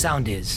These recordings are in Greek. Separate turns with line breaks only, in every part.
sound is.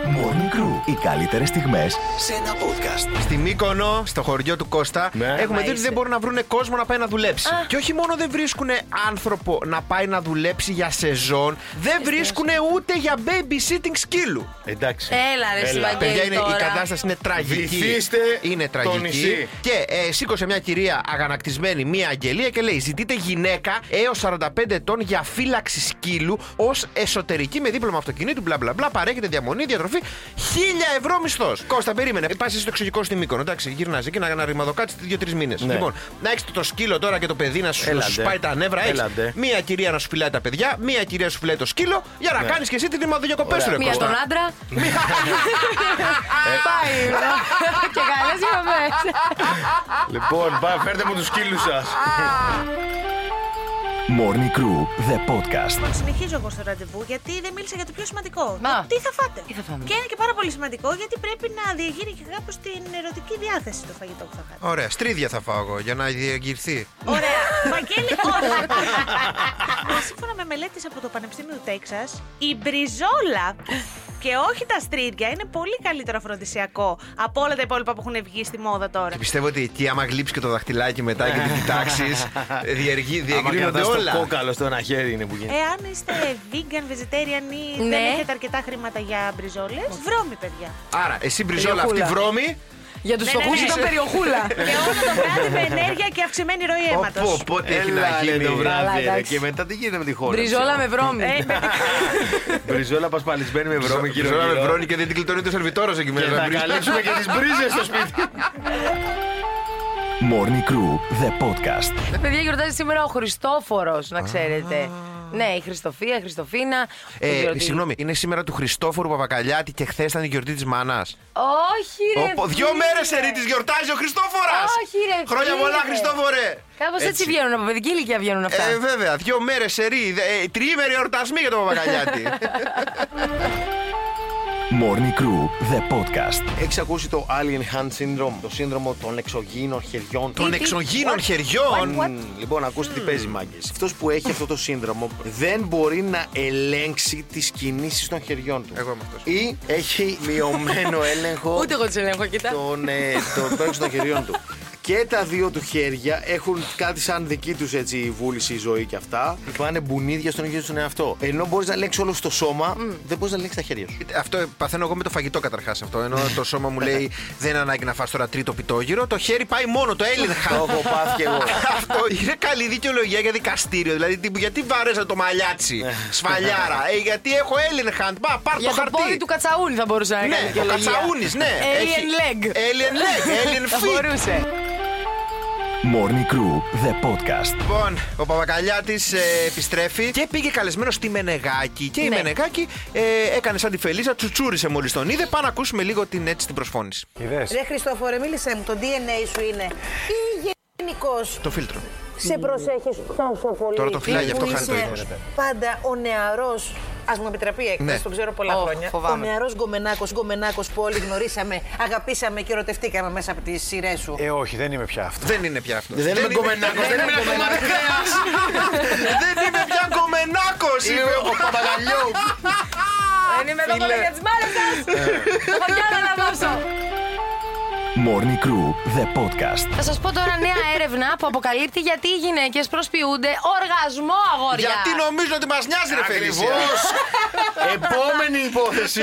Morning Crew. Οι καλύτερες στιγμές σε ένα podcast.
Στη Μύκονο, στο χωριό του Κώστα,
Ναι.
έχουμε
Να
δει ότι
είσαι.
δεν μπορούν να βρουν κόσμο να πάει να δουλέψει. Και όχι μόνο δεν βρίσκουν άνθρωπο να πάει να δουλέψει για σεζόν, δεν βρίσκουν ούτε για babysitting σκύλου.
Εντάξει.
Έλα, ρε, εσύ, Βαγγέλη.
Παιδιά, είναι, η
τώρα.
κατάσταση είναι τραγική.
Βυθίστε
είναι
το
τραγική.
νησί.
Και ε, σήκωσε μια κυρία αγανακτισμένη, μια αγγελία και λέει: Ζητείτε γυναίκα έως 45 ετών για φύλαξη σκύλου ως εσωτερική με δίπλωμα αυτοκινήτου. Μπλα μπλα μπλα. Παρέχεται διαμονή, διατροφή. 1000 ευρώ μισθός. Κώστα, περίμενε. Πας στο εξωτερικό στην Μύκονο. Εντάξει, γυρνάς εκεί να, να ρημαδοκάτσει δύο-τρει μήνες.
Ναι.
Λοιπόν, να έχεις το σκύλο τώρα και το παιδί να σου,
Έλαντε.
σου πάει τα νεύρα. έχεις
Έλαντε.
Μία κυρία να σου φυλάει τα παιδιά, μία κυρία σου φυλάει το σκύλο για να
Ναι.
κάνεις και εσύ την ρημαδοκοπέ σου, ρε
Μία
Κώστα.
τον άντρα. Ε. Πάει. ρε. Και καλές γραμμές.
Λοιπόν, πάμε, φέρτε μου τους σκύλους σας.
Morning Crew, the podcast.
Συνεχίζω εγώ στο ραντεβού γιατί δεν μίλησα για το πιο σημαντικό.
Μα.
Το Τι θα φάτε.
Τι θα φάμε.
Και είναι και πάρα πολύ σημαντικό γιατί πρέπει να διαγίνει και κάπως την ερωτική διάθεση το φαγητό που θα φάτε.
Ωραία, στρίδια θα φάω εγώ για να διαγγυρθεί.
Ωραία. Βαγγέλη, όχι. Σύμφωνα με μελέτες από το Πανεπιστήμιο του Τέξας, η μπριζόλα και όχι τα στρίδια είναι πολύ καλύτερο φροντισιακό από όλα τα υπόλοιπα που έχουν βγει στη μόδα τώρα.
Και πιστεύω ότι εκεί άμα γλύψει και το δαχτυλάκι μετά και την κοιτάξεις,
Άμα
διεγκρίνονται
κρατάς
όλα.
το κόκαλο στο ένα χέρι είναι που γίνεται.
Εάν είστε vegan, vegetarian ή
Ναι.
δεν έχετε αρκετά χρήματα για μπριζόλες, βρώμη παιδιά.
Άρα, εσύ μπριζόλα αυτή
Γιοχούλα.
βρώμη.
Για τους
Ναι, ναι,
φτωχού
ναι.
ήταν περιοχούλα.
Και όλο το βράδυ με ενέργεια και αυξημένη ροή αίματος.
Πω, πότε έχει
Έλα,
να
ρε,
γίνει.
το
Καλά,
βράδυ. ρε.
εντάξει.
Και μετά τι γίνεται με τη χώρα.
Μπριζόλα με βρώμη.
Ε, με-
ναι.
Μπριζόλα πασπαλισμένη με βρώμη γύρω
Μπριζόλα με
γύρω.
βρώνει και δεν την κλειτώνει το σερβιτόρος εκεί
Και
μέσα.
θα
Μπριζόλα.
καλέσουμε και τις μπρίζες στο σπίτι.
Morning Crew, the podcast.
Παιδιά, γιορτάζει σήμερα ο Χριστόφορος, να ξέρετε. Ναι, η Χριστοφία, η Χριστοφίνα.
Ε,
η γιορτή-
Συγγνώμη, είναι σήμερα του Χριστόφορου Παπακαλιάτη και χθες ήταν η γιορτή της μάνας.
Όχι, ρε.
Δύο
φίλε.
μέρε ερή τη γιορτάζει ο Χριστόφορας!
Όχι, ρε,
Χρόνια
φίλε.
πολλά, Χριστόφορε!
Κάπως έτσι.
Έτσι.
βγαίνουν, από παιδική ηλικία βγαίνουν αυτά.
Ε, βέβαια, δύο μέρες ερή. Ε, τριήμερη εορτασμή για τον Παπακαλιάτη.
Morning Crew, the podcast.
Έχεις ακούσει το Alien Hand Syndrome, το σύνδρομο των εξωγήινων χεριών.
Των
τι,
εξωγήινων
what,
χεριών.
what, what?
Μμμ, Λοιπόν, ακούστε τι παίζει, μάγκε. Αυτός που έχει αυτό το σύνδρομο δεν μπορεί να ελέγξει τις κινήσεις των χεριών του.
Εγώ είμαι αυτός.
Ή έχει μειωμένο έλεγχο.
Ούτε εγώ τι ελέγχω, κοιτά.
τον, ε, τον παίξο των χεριών του. Και τα δύο του χέρια έχουν κάτι σαν δική τους έτσι βούληση, η ζωή και αυτά. Πάνε μπουνίδια στον ίδιο τους τον εαυτό. Ενώ μπορείς να ελέγξει όλο το σώμα, δεν μπορείς να ελέγξει τα χέρια σου.
Αυτό παθαίνω εγώ με το φαγητό καταρχάς. Αυτό ενώ το σώμα μου λέει δεν είναι ανάγκη να φας τώρα τρίτο πιτόγυρο, το χέρι πάει μόνο, το
Το
έλεγχα.
έχω πάθει κι εγώ.
Αυτό είναι καλή δικαιολογία για δικαστήριο. Δηλαδή, τι- γιατί βάρεσα το μαλλιάτσι, σφαλιάρα. Ε, γιατί έχω έλεγχα. Μπα, πάρ το
Για το πόδι
χαρτί.
του κατσαούνι θα μπορούσε να κάνει.
Ναι, ο
δικαιολογία.
Κατσαούνης, ναι.
Alien
Έχει-
leg.
Alien leg, alien
Θα
feet.
μπορούσε.
Morning Crew, the podcast.
Λοιπόν, ο Παπακαλιάτης επιστρέφει και πήγε καλεσμένος στη Μενεγάκη. Και η
Ναι.
Μενεγάκη ε, έκανε σαν τη Φελίζα, τσουτσούρισε μόλις τον είδε. Πάμε να ακούσουμε λίγο την, έτσι, την προσφώνηση.
Ρε Χριστόφορε, μίλησέ μου, το DNA σου είναι. Ή γενικώ
Το φίλτρο.
σε προσέχεις τόσο πολύ.
Τώρα το φυλάει,
που
γι' αυτό χάνει το
είσαι
ύφος.
Πάντα ο νεαρός. Ας μου επιτραπεί έκφραση,
Ναι.
το ξέρω πολλά
Ω,
χρόνια.
φοβάμαι.
Ο νεαρός γκομενάκος, γκομενάκος που όλοι γνωρίσαμε, αγαπήσαμε και ερωτευτήκαμε μέσα από τη σειρές σου.
Ε, όχι, δεν είμαι πια αυτός.
Δεν είναι πια αυτός.
Δεν είμαι κομμενάκος, δεν είμαι
κομμενάκος. Δεν είμαι πια κομμενάκος, είπε ο Παπαγαλιό.
Δεν είμαι εδώ μόνο για τις μάρες σας. Θα κι άλλα να δώσω.
Morning Crew, the podcast.
Θα σας πω τώρα νέα έρευνα που αποκαλύπτει γιατί οι γυναίκες προσποιούνται οργασμό αγόρια.
Γιατί νομίζω ότι μας νοιάζει ρε Φελίσια.
Ακριβώς. Επόμενη υπόθεση.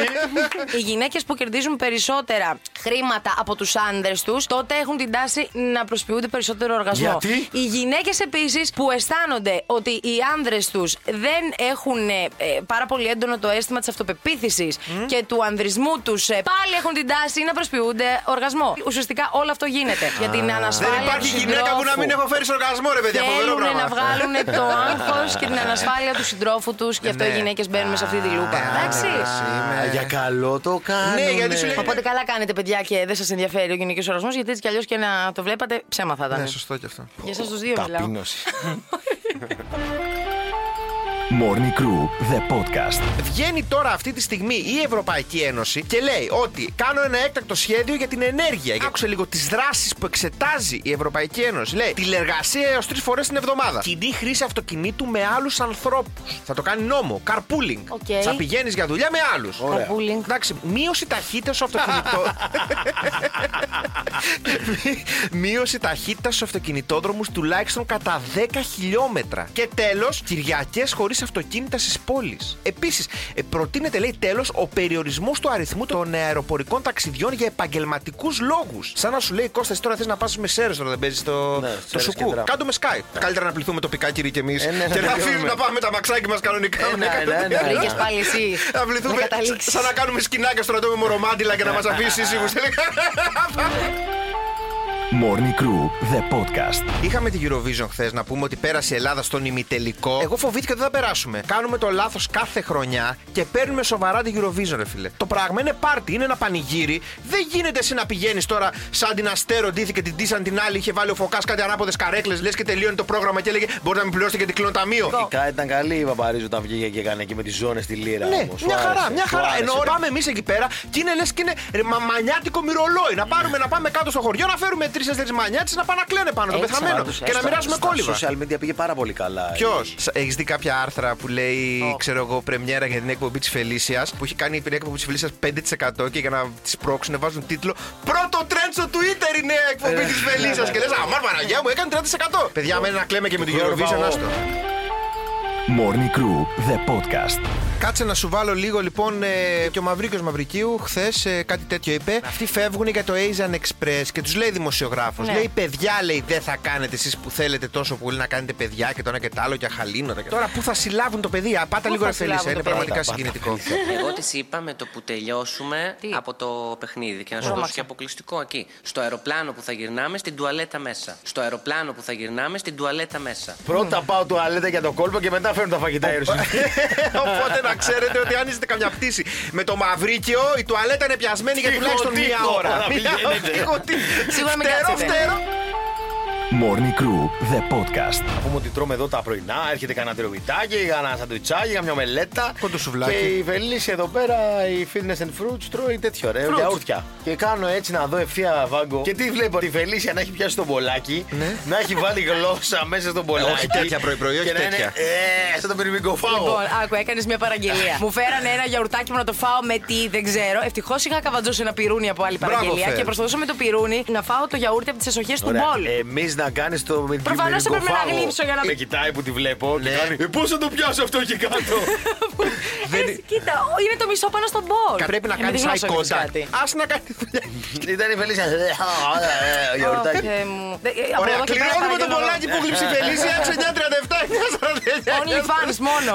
Οι γυναίκες που κερδίζουν περισσότερα χρήματα από τους άνδρες τους, τότε έχουν την τάση να προσποιούνται περισσότερο οργασμό.
Γιατί?
Οι γυναίκες επίσης που αισθάνονται ότι οι άνδρες τους δεν έχουν ε, ε, πάρα πολύ έντονο το αίσθημα της αυτοπεποίθησης και του ανδρισμού τους, ε, πάλι έχουν την τάση να προσποιούνται οργασμό. Ουσιαστικά όλο αυτό γίνεται. Για την ανασφάλεια
ε. Δεν υπάρχει
του
γυναίκα που να
συντρόφου.
μην έχω φέρει σε οργασμό ρε παιδιά, φοβερό
Θέλουν
πράγμα.
να βγάλουν το άγχος και την ανασφάλεια του συντρόφου τους. Γι' αυτό
Ναι.
οι γυναίκες μπαίνουν σε αυτή τη λούπα. Εντάξει.
Α, Για καλό το κάνω.
Ναι, γιατί σου λέει-
Οπότε καλά κάνετε, παιδιά, και δεν σας ενδιαφέρει ο γυναικείος οργασμό, γιατί έτσι κι αλλιώς και να το βλέπατε ψέμα θα ήταν.
Ναι, σωστό κι αυτό.
Για εσάς τους δύο μιλάω.
Ταπείνωση.
Morning Crew, the podcast.
Βγαίνει τώρα αυτή τη στιγμή η Ευρωπαϊκή Ένωση και λέει ότι κάνω ένα έκτακτο σχέδιο για την ενέργεια. Και Άκουσε λίγο τις δράσεις που εξετάζει η Ευρωπαϊκή Ένωση. Λέει τηλεργασία έως τρεις φορές την εβδομάδα. Κοινή χρήση αυτοκινήτου με άλλους ανθρώπους. Θα το κάνει νόμο. Carpooling.
Οκ.
Θα πηγαίνεις για δουλειά με άλλους.
Ωραία.
Carpooling.
Εντάξει, μείωση ταχύτητας στο αυτοκινητό. Μεί- μείωση ταχύτητας στους αυτοκινητόδρομους τουλάχιστον κατά 10 χιλιόμετρα. Και τέλος, Κυριακές χωρίς αυτοκίνητα στι πόλει. Επίσης, ε, προτείνεται, λέει τέλος, ο περιορισμός του αριθμού των αεροπορικών ταξιδιών για επαγγελματικούς λόγους. Σαν να σου λέει Κώστα, εσύ τώρα θες να πας με σέρες τώρα δεν παίζεις το,
Ναι,
το
Σέρρες
σουκού.
κεντρά. Ναι.
Κάντο με Skype. Καλύτερα να πληθούμε τοπικά, κύριοι και εμείς.
Ε, ναι, να
και να
τελειώνουμε.
αφήνουμε να πάμε τα μαξάκι μας κανονικά.
Ε, ναι, ναι, ναι.
Βρήκες πάλι εσύ.
Θα
Να
βληθούμε
καταλήξεις.
σαν να κάνουμε σκινάκια στο ραντεβού με μορομάντιλα και να μας αφήσεις ήσυχους.
Morning Crew, the podcast.
Είχαμε τη Eurovision χθες να πούμε ότι πέρασε η Ελλάδα στον ημιτελικό. Εγώ φοβήθηκα ότι δεν θα περάσουμε. Κάνουμε το λάθος κάθε χρονιά και παίρνουμε σοβαρά τη Eurovision, ρε φίλε. Το πράγμα είναι πάρτι, είναι ένα πανηγύρι. Δεν γίνεται εσύ να πηγαίνεις τώρα σαν την αστέρο ντύθηκε την τύσαν την άλλη, είχε βάλει ο φωκάς κάτι ανάποδες καρέκλες, λες και τελείωνε το πρόγραμμα και έλεγε Μπορείτε να μην πληρώσετε και την κλωνοταμείο.
Κα- Ήταν καλή η Παπαρίζου όταν βγήκε και έκανε εκεί με τις ζώνες στη λίρα.
Ναι,
όμως. Σου
μια
άρεσε,
χαρά, μια
σου
χαρά.
άρεσε,
Ενώ
ρε.
πάμε εμείς εκεί πέρα και είναι λες και είναι ρε, μαμανιάτικο μυρολόι. Να πάρουμε να πάμε κάτω στο χωριό, να φέρουμε τρει-τέσσερι μανιάτες να πάνε να κλαίνε πάνω το
Έτσι,
πεθαμένο
παράδοση,
και να
έτσι,
μοιράζουμε
Στα
κόλλημα.
social media πήγε πάρα πολύ καλά.
Ποιο. Έχεις δει κάποια άρθρα που λέει, ξέρω εγώ, πρεμιέρα για την εκπομπή της Φελίσιας που έχει κάνει την εκπομπή της Φελίσιας 5% και για να τη πρόξουν βάζουν τίτλο Πρώτο τρέντ στο Twitter είναι η εκπομπή της Φελίσιας. Και λες, Αμάρ Παναγιά μου, έκανε 30%. Ε. Παιδιά, μένει να κλαίμε και με την
Γιώργο
Eurovision,
Παγό.
άστο.
Morning Crew, the podcast.
Κάτσε να σου βάλω λίγο λοιπόν. ε, και ο Μαυρίκιος Μαυρικίου χθες κάτι τέτοιο είπε. Αυτοί φεύγουν για το Asian Express και τους λέει δημοσιογράφος.
Ναι.
Λέει παιδιά, λέει δεν θα κάνετε εσείς που θέλετε τόσο πολύ να κάνετε παιδιά και το ένα και το άλλο και αχαλήνοτα. Και... Τώρα που θα συλλάβουν το παιδί, απάτα
Πού
λίγο
θα
ρε Φελίσσα.
συλλάβουν
Είναι
το παιδί?
πραγματικά συγκινητικό.
Εγώ της είπα με το που τελειώσουμε
Τι?
από το παιχνίδι και να σου
Τρόμαξα.
δώσω και αποκλειστικό εκεί. Στο αεροπλάνο που θα γυρνάμε στην τουαλέτα μέσα. Στο αεροπλάνο που θα γυρνάμε στην τουαλέτα μέσα.
Πρώτα πάω τουαλέτα για τον κόλπο και μετά φέρνω τα φαγητά ήρωση.
Οπότε να ξέρετε ότι αν είστε καμιά πτήση με το Μαυρίκιο, η τουαλέτα είναι πιασμένη για τουλάχιστον
Τυχωτή
μία
χώρα
ώρα. Μία
να πηγαίνετε.
τυχωτή.
Σίγουρα μην
Φτερό,
κάτσετε.
φτερό.
Morning Crew, the podcast.
Να πούμε ότι τρώμε εδώ τα πρωινά, έρχεται κανένα τυροβιτάκι, κανένα σαντουιτσάκι, καμιά μελέτα.
Κοντοσουβλάκι.
Και η Βελίση εδώ πέρα, η Fitness and Fruits, τρώει τέτοιο ρε, γιαούρτια. Και κάνω έτσι να δω ευθεία βάγκο. Και τι βλέπω, τη Βελίσια να έχει πιάσει τον μπολάκι,
Ναι.
να έχει βάλει γλώσσα μέσα στον μπολάκι.
όχι τέτοια πρωί-πρωί, όχι
και να είναι,
τέτοια.
Ε, σαν τον πυρηνικό φάο.
Λοιπόν, άκου, έκανες μια παραγγελία. Μου φέρανε ένα γιαουρτάκι μου να το φάω με τι, δεν ξέρω. Ευτυχώς είχα καβατζώσει ένα πυρούνι από άλλη
Μπράβο,
παραγγελία
Φερ.
και προσπαθούσα με το πυρούνι να φάω το γιαούρτι από τις εσοχές του μπολ.
Εμείς να κάνεις το με την
Προφανώς
πυρηνικό
έπρεπε να
φάγο.
γλύψω για να- Ναι.
Με κοιτάει που τη βλέπω και κάνει. Ε, πώς θα το πιάσω αυτό εκεί κάτω.
Ε, Κοίτα, ο, είναι το μισό πάνω στον μπολ.
Πρέπει να
Μην
κάνει
θυμάσαι
eye
όμως
contact.
κάτι.
Ας να κάνεις τη δουλειά.
Ήταν η Φελίσια. «Ε, ε, ε, Γιαουρτάκι.
Ω, Θεέ μου. Δε- ε, από
Ωραία,
εδώ και πέρα
κληρώνουμε το
παραγγελώ.
πολλάκι που γλύψει η Φελίσια 6937
Only fans μόνο.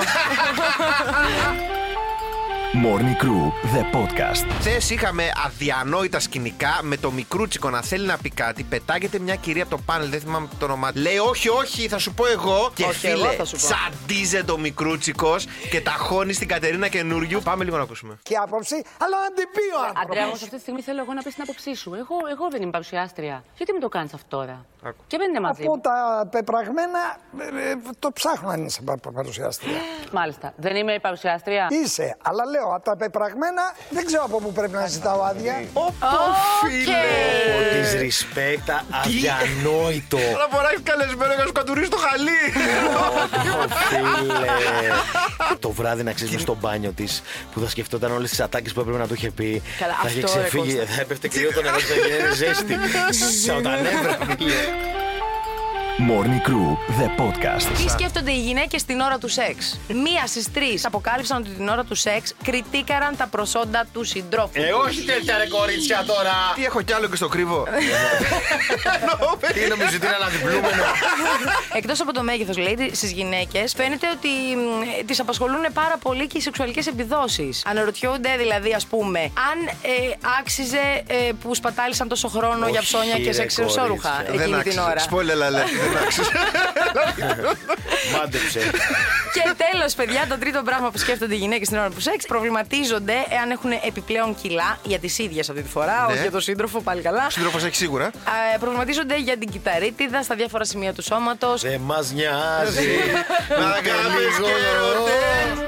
Morning Crew, the podcast.
Χθες είχαμε αδιανόητα σκηνικά με το μικρούτσικο να θέλει να πει κάτι. Πετάγεται μια κυρία από το πάνελ, δεν θυμάμαι το όνομά της. Λέει, Όχι, όχι, θα σου πω εγώ. Και
Όχι, εγώ
φίλε,
θα σου πω.
τσαντίζεται ο μικρούτσικος και τα χώνεις στην Κατερίνα καινούριου. Πάμε λίγο να ακούσουμε.
και άποψη, αλλά να την πει ο άνθρωπος.
Αντρέα, όμως αυτή τη στιγμή θέλω εγώ να πεις την άποψή σου. Εγώ, εγώ δεν είμαι παρουσιάστρια. Γιατί μου το κάνεις αυτό τώρα. Και δεν είναι μαζί.
Από τα πεπραγμένα ε, ε, το ψάχνω αν είσαι πα- παρουσιάστρια.
Μάλιστα. Δεν είμαι παρουσιάστρια.
Είσαι, αλλά λέω από τα πεπραγμένα δεν ξέρω από πού πρέπει να ζητάω
Ε,
άδεια.
Ωπα, φίλε!
Disrespect, αδιανόητο.
Τώρα φοράει καλεσμένο για να σου κατουρίσει το χαλί.
Ω, Φίλε. το βράδυ να ξέρεις στο μπάνιο της που θα σκεφτόταν όλες τις ατάκες που έπρεπε να του είχε πει.
Καλά,
θα είχε
αυτό, ρε,
ξεφύγει,
Κώστα.
θα έπεφτε κρύο το νερό, θα είχε ζέστη. Σαν τα νεύρα, φίλε.
Morning Crew, the podcast.
Τι σκέφτονται οι γυναίκες την ώρα του σεξ. Μία στις τρεις αποκάλυψαν ότι την ώρα του σεξ κριτήκαραν τα προσόντα του συντρόφου.
Ε, όχι τέτοια ρε κορίτσια τώρα.
Τι έχω κι άλλο και στο κρύβο.
Ε,
Εννοώ, παιδί.
Τι νομίζω ότι είναι αναδιπλούμενο.
Εκτός από το μέγεθος, λέει στις γυναίκες, φαίνεται ότι τις απασχολούν πάρα πολύ και οι σεξουαλικές επιδόσεις. Αναρωτιούνται δηλαδή, ας πούμε, αν ε, άξιζε ε, που σπατάλησαν τόσο χρόνο
Όχι,
για ψώνια και
ρε, ε,
σεξ εξόρουχα
κορίτσια.
εκείνη την ώρα.
Σπόλια, αλλά δεν άξιζε.
Μάντεψε.
και τέλος, παιδιά, το τρίτο πράγμα που σκέφτονται οι γυναίκες την ώρα του σεξ, προβληματίζονται εάν έχουν επιπλέον κιλά για τις ίδιες αυτή τη φορά,
Ναι.
όχι για τον σύντροφο, πάλι καλά.
Σύντροφος έχει σίγουρα.
Ε, προβληματίζονται για την
Ναι.
κυταρίτιδα στα διάφορα σημεία του σώματος.
Δεν μας νοιάζει.
Να κάνεις και εορτές.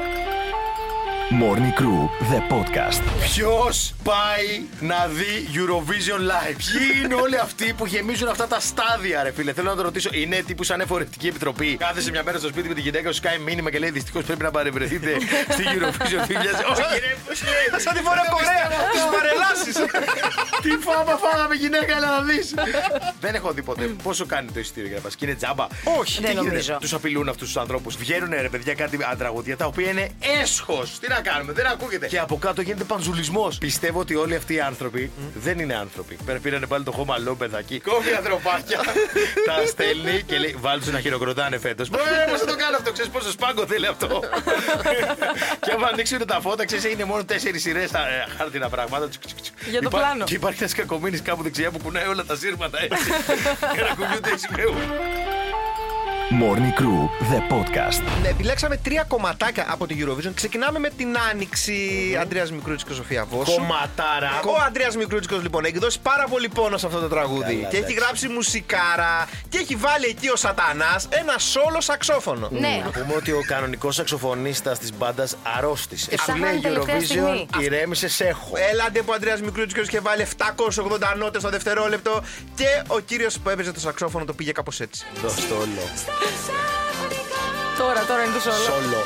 Morning Crew, the podcast.
Ποιος πάει να δει Eurovision live. Ποιοι είναι όλοι αυτοί που γεμίζουν αυτά τα στάδια, ρε φίλε. Θέλω να το ρωτήσω, είναι τύπου σαν εφορευτική επιτροπή. Κάθεσαι μια μέρα στο σπίτι με τη γυναίκα σου, κάνει μήνυμα και λέει Δυστυχώς πρέπει να παρευρεθείτε στη Eurovision 2000. Όχι, ρε, πώς λέει.
Σαν τη Βόρεια Κορέα, τις παρελάσεις.
Τι φάμα φάγαμε, γυναίκα, έλα να δεις. Δεν έχω δει ποτέ. Πόσο κάνει το εισιτήριο για να πας και είναι τζάμπα. Όχι,
Δεν νομίζω.
Τους απειλούν αυτούς τους ανθρώπους. Βγαίνουν ρε παιδιά κάτι τραγωδία τα οποία είναι έσχος. Τι να κάνουμε, δεν ακούγεται. Και από κάτω γίνεται παντζουλισμό. Πιστεύω ότι όλοι αυτοί οι άνθρωποι δεν είναι άνθρωποι. Πέρα πήρανε πάλι το χώμα λό παιδάκι. Κόβει ανθρωπάκια. τα στέλνει και λέει Βάλτε να χειροκροτάνε φέτος. Μπορεί να το κάνω αυτό, ξέρεις πόσο σπάγκο θέλει αυτό. και άμα ανοίξουν τα φώτα, ξέρεις είναι μόνο τέσσερις σειρές ε, χάρτινα πράγματα.
Για το πλάνο.
Και υπάρχει ένας κακομοίρης κάπου δεξιά που κουνάει όλα τα σύρματα έτσι. και να κουνιούνται έτσι λίγο.
Morning Crew, the podcast.
Ναι, Επιλέξαμε τρία κομματάκια από την Eurovision. Ξεκινάμε με την Άνοιξη. Αντρέα Μικρούτσικο, Σοφία Βόσου.
Κομματάρα.
Ο Αντρέας Μικρούτσικο λοιπόν έχει δώσει πάρα πολύ πόνο σε αυτό το τραγούδι. και έχει γράψει μουσικάρα και έχει βάλει εκεί ο Σατανάς ένα σόλο σαξόφωνο.
Ναι.
Να πούμε ότι ο κανονικός σαξοφωνίστας της μπάντας αρρώστησε.
Ε,
Σου
τα
λέει
βάλει τελευταία στιγμή. Ε.
ηρέμησε, έχω.
Έλατε που ο Αντρέα Μικρούτσικο είχε βάλει 780 νότες στο δευτερόλεπτο και ο κύριος που έπαιζε το σαξόφωνο το πήγε κάπως έτσι.
Δώσ' το όλο.
Τώρα, τώρα είναι το σόλο.
Σόλο.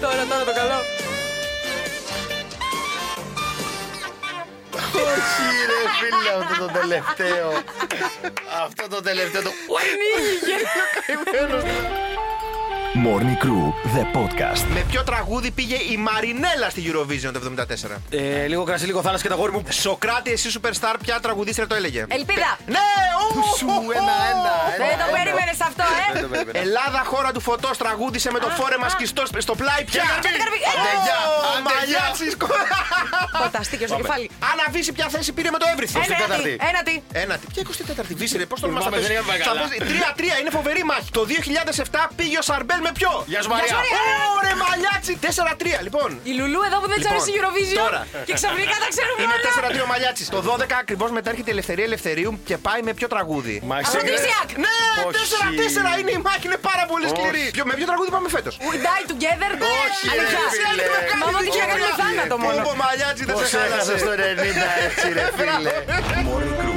Τώρα, τώρα το καλό.
Όχι, ρε φίλε, αυτό το τελευταίο. αυτό το τελευταίο. Το...
Morning Crew, the podcast.
Με ποιο τραγούδι πήγε η Μαρινέλα στη Eurovision το 74.
Ε, λίγο κρασί, λίγο θάλασσα και τα γόρι μου.
Σοκράτη, εσύ superstar, ποια τραγουδίστρια το έλεγε.
Ελπίδα.
Ναι, ου,
Σου,
ου, ου.
ένα, ένα, ένα.
Δεν το περίμενες αυτό, ε.
Ελλάδα, χώρα του φωτός, τραγούδισε με το φόρεμα σκιστό στο πλάι πια.
Και το καρπί.
Αντεγιά,
Ω,
αντεγιά.
Παταστήκε στο κεφάλι.
Αναβίση πια θέση πήρε με το everything.
Ένα, Ένα τι, ένα τι.
Ένα, τι, ποια 24η Βύση, ρε, πώς τον
Θυμάμαι,
μάθαμε.
δεν είχαμε πάει καλά.
Τρία-τρία, είναι φοβερή μάχη. Το 2007 πήγε ο Σαρμπέλ με ποιο.
Γεια σου, Μαρία.
Γεια σου, Μαρία.
Ωρε μαλιάτσι. 4-3, λοιπόν.
Η Λουλού εδώ που δεν τη
Λοιπόν,
αρέσει η Eurovision.
τώρα.
Και ξαφνικά τα ξέρουμε
Είναι
όλα.
4-3 ο Μαλιάτσι. Το 12 ακριβώ μετά έρχεται η Ελευθερία Ελευθερίου και πάει με ποιο τραγούδι.
Αφροδισιακ.
Ναι,
Όχι.
4-4 είναι η μάχη, είναι πάρα πολύ σκληρή. Ποιο- Με ποιο τραγούδι πάμε φέτος.
We die together.
Όχι, ρε,
Αλήθεια.
φίλε.
Μάμα τι είχε κάνει με θάνατο μόνο.
Ο Μαλιάτσι δεν σε
Πώ έχασε το ε,
χάλασε.
90 έτσι, ρε φίλε.
Morning Crew